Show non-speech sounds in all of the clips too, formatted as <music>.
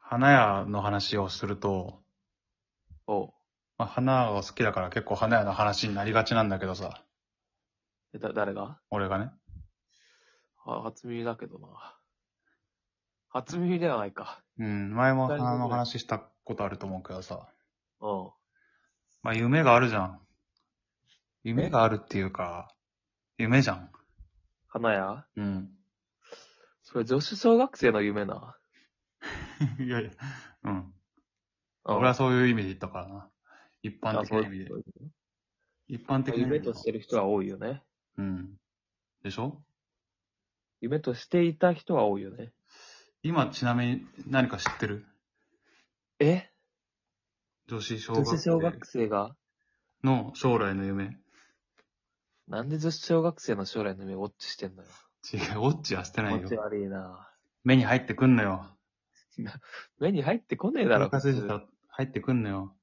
花屋の話をすると、おう。まあ、花が好きだから結構花屋の話になりがちなんだけどさ、えだ、誰が俺がね。あ初耳だけどな。初耳ではないか。うん、前も二人の花のぐらい話したことあると思うけどさ、うん。まあ夢があるじゃん。夢があるっていうか、夢じゃん。花屋うん。それ女子小学生の夢な。 <laughs> いやいや、うん。うん俺はそういう意味で言ったからな。一般あ的そなう意味でそ。う一般的な意味で夢としてる人は多いよね。うん。でしょ夢としていた人は多いよね。今ちなみに何か知ってるえ女子小女学子生小学生がの将来の夢。なんで女子小学生の将来の夢ウォッチしてんのよ。違う、ウォッチはして気ない持ちよ。悪いな目に入ってくんのよ。目に入ってこねえだろ。任せて普た通ら入ってくんのよ。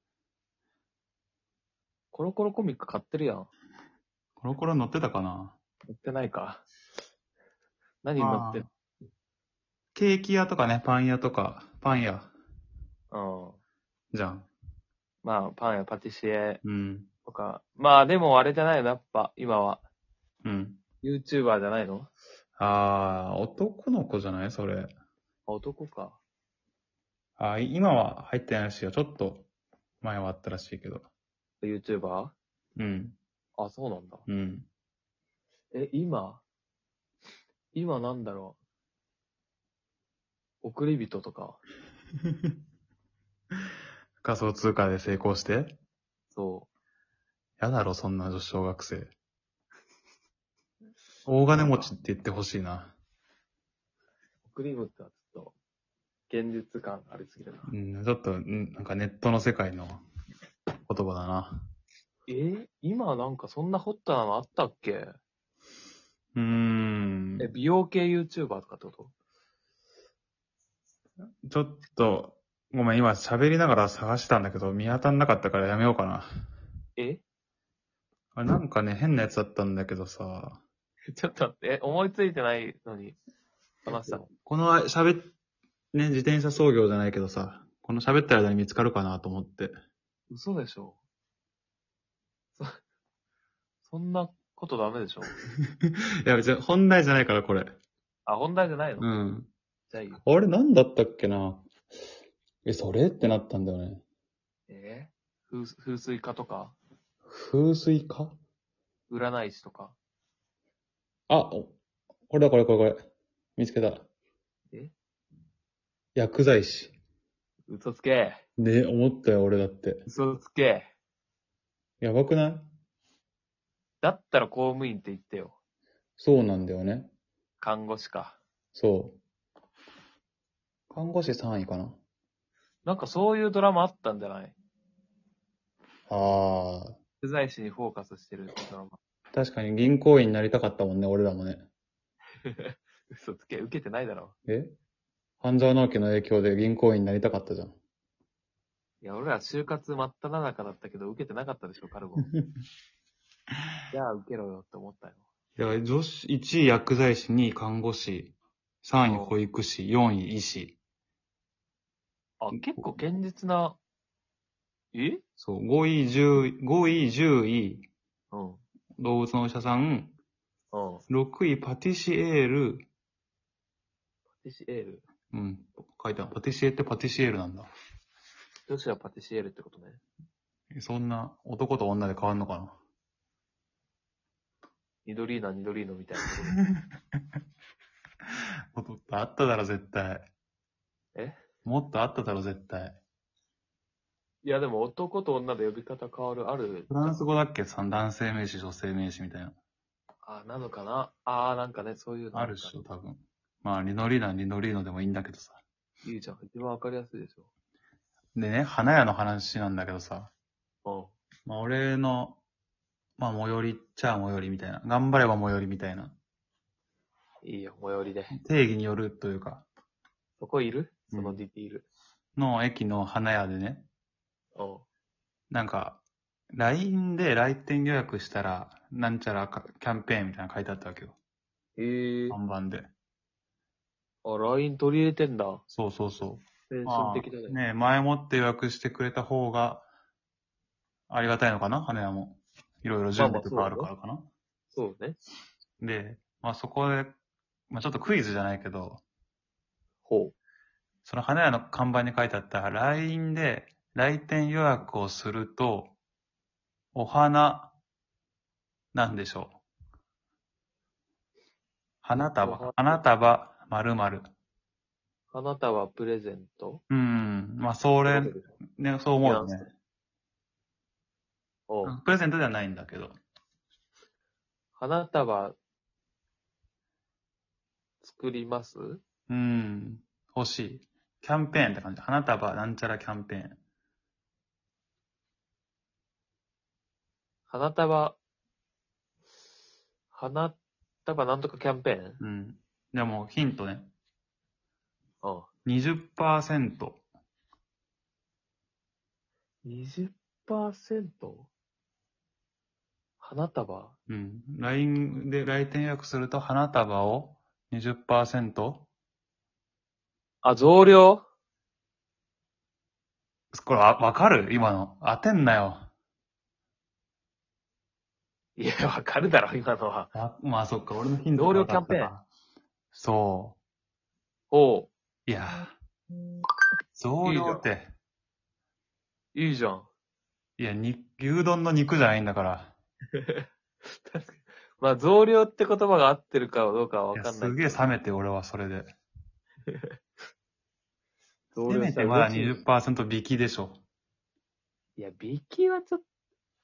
コロコロコミック買ってるやん。コロコロ乗ってたかな売ってないか。何乗ってるケーキ屋とかね、パン屋とか、パン屋うん。じゃん。まあ、パンやパティシエうん。とか。まあ、でもあれじゃないの、やっぱ、今は。うん。 YouTuber じゃないのあー、男の子じゃないそれ。あ男か。あー、今は入ってないらしいよ。ちょっと前はあったらしいけど。 YouTuber? うん。あ、そうなんだ。うん。え、今今なんだろう。送り人とか。仮想通貨で成功してそやだろ、そんな女子小学生。大金持ちって言ってほしいな。う。送り人はちょっと、現実感ありすぎるな。うん、ちょっと、うんなんかネットの世界の言葉だな。え今なんかそんなホットなのあったっけうーん。え、美容系 YouTuber とかってことちょっと、ごめん、今喋りながら探したんだけど、見当たんなかったからやめようかな。え <laughs> あれなんかね、変なやつだったんだけどさ。ちょっと待って、え思いついてないのに話した。この喋っ、ね、自転車操業じゃないけどさ、この喋ってる間に見つかるかなと思って。嘘でしょそ、そんなことダメでしょいや、別に本題じゃないから、これ。あ、本題じゃないの、うん。じゃあいいよ。あれなんだったっけなえ、それってなったんだよね。えー風風水家とか、風水か占い師とか。あ、おこれだ、これ、これ、これ。見つけた。え薬剤師。嘘つけね、思ったよ、俺だって。嘘つけやばくないだったら公務員って言ってよ。そうなんだよね。看護師か。そう。看護師3位かな。なんかそういうドラマあったんじゃないああ。不在師にフォーカスしてるドラマ。確かに銀行員になりたかったもんね、俺らもね。嘘つけ受けてないだろ。え半沢直樹の影響で銀行員になりたかったじゃん。いや、俺ら就活真っ只中だったけど、受けてなかったでしょ、カル <laughs> ボ。じゃあ、受けろよって思ったよ。いや、女子、1位薬剤師、2位看護師、3位保育士、4位医師。あ、結構堅実な、えそう、5位、10位、5位、10位、うん。動物のお医者さん、うん。 6位、パティシエール、パティシエール。うん、書いてある。パティシエってパティシエールなんだ。女子はパティシエールってことね。そんな、男と女で変わんのかなニドリーナ、ニドリーノみたいなこと。 <laughs> もっとあっただろ、絶対。えもっとあっただろ、絶対。いや、でも男と女で呼び方変わる、ある。フランス語だっけさ男性名詞、女性名詞みたいな。あ、なのかなあー、なんかね、そういうの。あるでしょ、多分。まあ、リノリーナ、リノリーノでもいいんだけどさ。いいじゃん。一番わかりやすいでしでね、花屋の話なんだけどさ。ょ。まあ、俺の、まあ、最寄りっちゃ最寄りみたいな。頑張れば最寄りみたいな。うん。いいよ、最寄りで。定義によるというか、そこいるうんそのディティール。の駅の花屋でね、うん。なんか、LINE で来店予約したら、なんちゃらかキャンペーンみたいなの書いてあったわけよ。えー。看板で。あ、LINE 取り入れてんだ。そうそうそう。テンショまンあ的だね。ね、前もって予約してくれた方が、ありがたいのかな羽田も。いろいろ準備とかあるからかな。そうね。で、まあそこで、まあちょっとクイズじゃないけど、ほう。その花屋の看板に書いてあった LINE で来店予約をすると、お花、なんでしょう。花お束花、花束、〇〇。あなたはプレゼントうん。まあ、そこれ、ね、そう思うよね。おうプレゼントではないんだけど。花束、作りますうん。欲しい。キャンペーンって感じ。花束、なんちゃらキャンペーン。花束、花束なんとかキャンペーンうん。うん。でも、ヒントね。お20%。 20%? 花束うん。LINE で来店予約すると花束を 20%? あ、増量これわわかる今の。当てんなよ。いや、わかるだろ、今のは。あまあそっか、俺のヒント同僚キャンペーンわかったかそおう。う。いや。増量って。いいじゃん。いや、に、牛丼の肉じゃないんだから。確かに。まあ、増量って言葉が合ってるかどうかはわいやかんないす。げえ冷めて、俺はそれで。増せめしてたらまだ嬉しい20%引きでしょ。いや、引きはちょっと、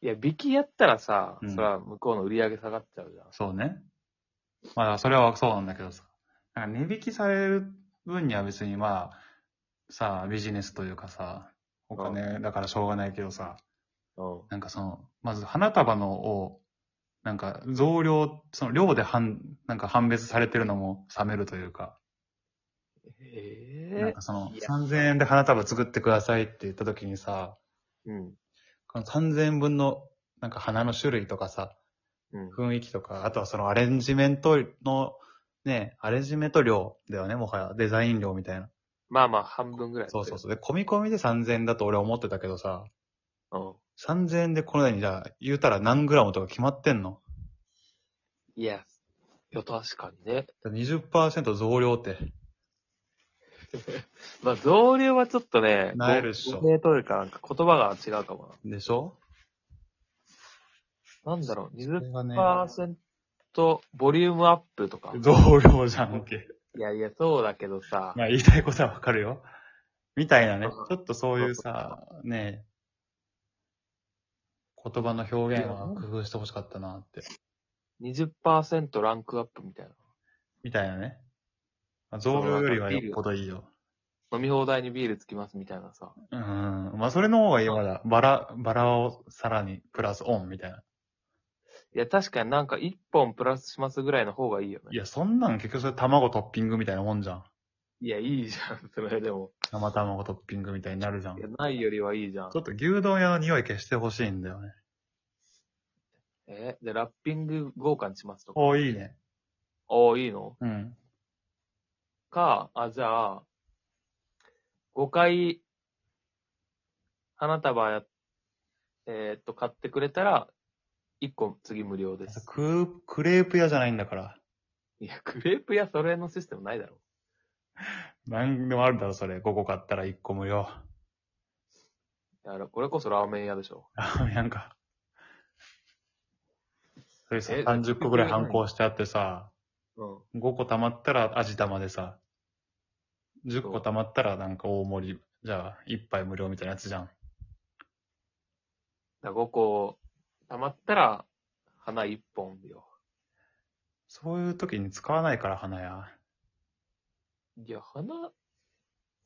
いや、引きやったらさ、うんそら向こうの売り上げ下がっちゃうじゃん。そうね。まあ、それはそうなんだけどさ。なんか値引きされる分には別にまあ、さあ、ビジネスというかさ、お金だからしょうがないけどさ、うん。なんかその、まず花束のを、なんか増量、その量で判、なんか判別されてるのも冷めるというか、なんええかそのい、や3000円で花束作ってくださいって言った時にさ、うん。この3000円分の、なんか花の種類とかさ、うん。雰囲気とか、あとはそのアレンジメントの、ね、アレンジメント量だよね、もはや。デザイン量みたいな。まあまあ、半分ぐらい。そうそうそう。で、込み込みで3000円だと俺は思ってたけどさ、う。 3000円でこれにじゃあ、言うたら何グラムとか決まってんのうん。いや、いや、確かにね。 ?20% 増量って。まあ、増量はちょっとね、なえるっしょ語弊というか、なんか言葉が違うかもでしょな。なんだろう、それがね、 20%ボリュームアップとか。 <laughs> 増量じゃんけ。いやいや、そうだけどさ、まあ言いたいことはわかるよ。みたいなね、ちょっとそういうさ、ね、言葉の表現は工夫してほしかったなって。 20%ランクアップみたいな。みたいなね。まあ、増量よりはよっぽどいいよ。飲み放題にビールつきますみたいなさ。うん。まあ、それの方がいいよ、まだ。バラ、バラをさらにプラスオンみたいな。いや、確かになんか1本プラスしますぐらいの方がいいよいね。や、そんなん結局それ卵トッピングみたいなもんじゃん。いや、いいじゃん、それでも。生卵トッピングみたいになるじゃん。ちいや、ないよりはいいじゃん。ょっと牛丼屋の匂い消してほしいんだよね。えで、ラッピング豪華にしますとか。おーいいね。おーいいのうん。か、あ、じゃあ、5回、花束や、えーっと、買ってくれたら、1個次無料です。クークレープ屋じゃないんだから。いや、クレープやそれのシステムないだろ。なんでもあるだろ、それ。5個買ったら1個無料。 <laughs> いやこれこそラーメン屋でしょ。ラーメン屋か。それさ、え30個ぐらい反抗してあってさ、うん。 5個溜まったら味玉でさ、10個溜まったらなんか大盛り、じゃあ1杯無料みたいなやつじゃん。だ5個、溜まったら、花1本よ。そういう時に使わないから花屋。いや、花、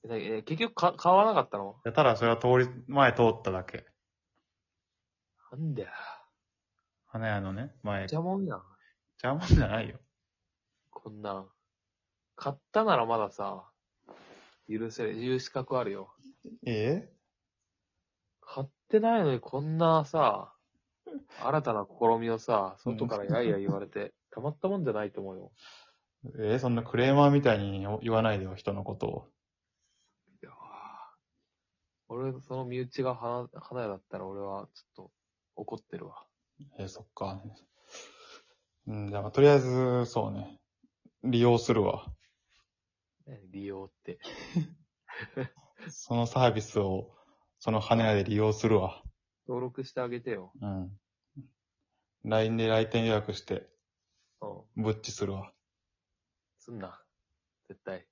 ええ結局か買わなかったのいやただそれは通り、前通っただけ。なんだよ。花屋のね、前。邪魔やん。邪魔じゃないよ。こんなん。買ったならまださ、許せる、言う資格あるよ。え買ってないのにこんなさ、新たな試みをさ、外からやいや言われて、たまったもんじゃないと思うよ。えそんなクレーマーみたいに言わないでよ、人のことを。いや俺、その身内が花花屋だったら俺はちょっと怒ってるわ。えーそっか。うん、じゃあ、とりあえず、そうね。利用するわ。ね利用って。そのサービスを、その花屋で利用するわ。登録してあげてよ。うん。LINE で来店予約して、うん。ブッチするわ。すんな。絶対。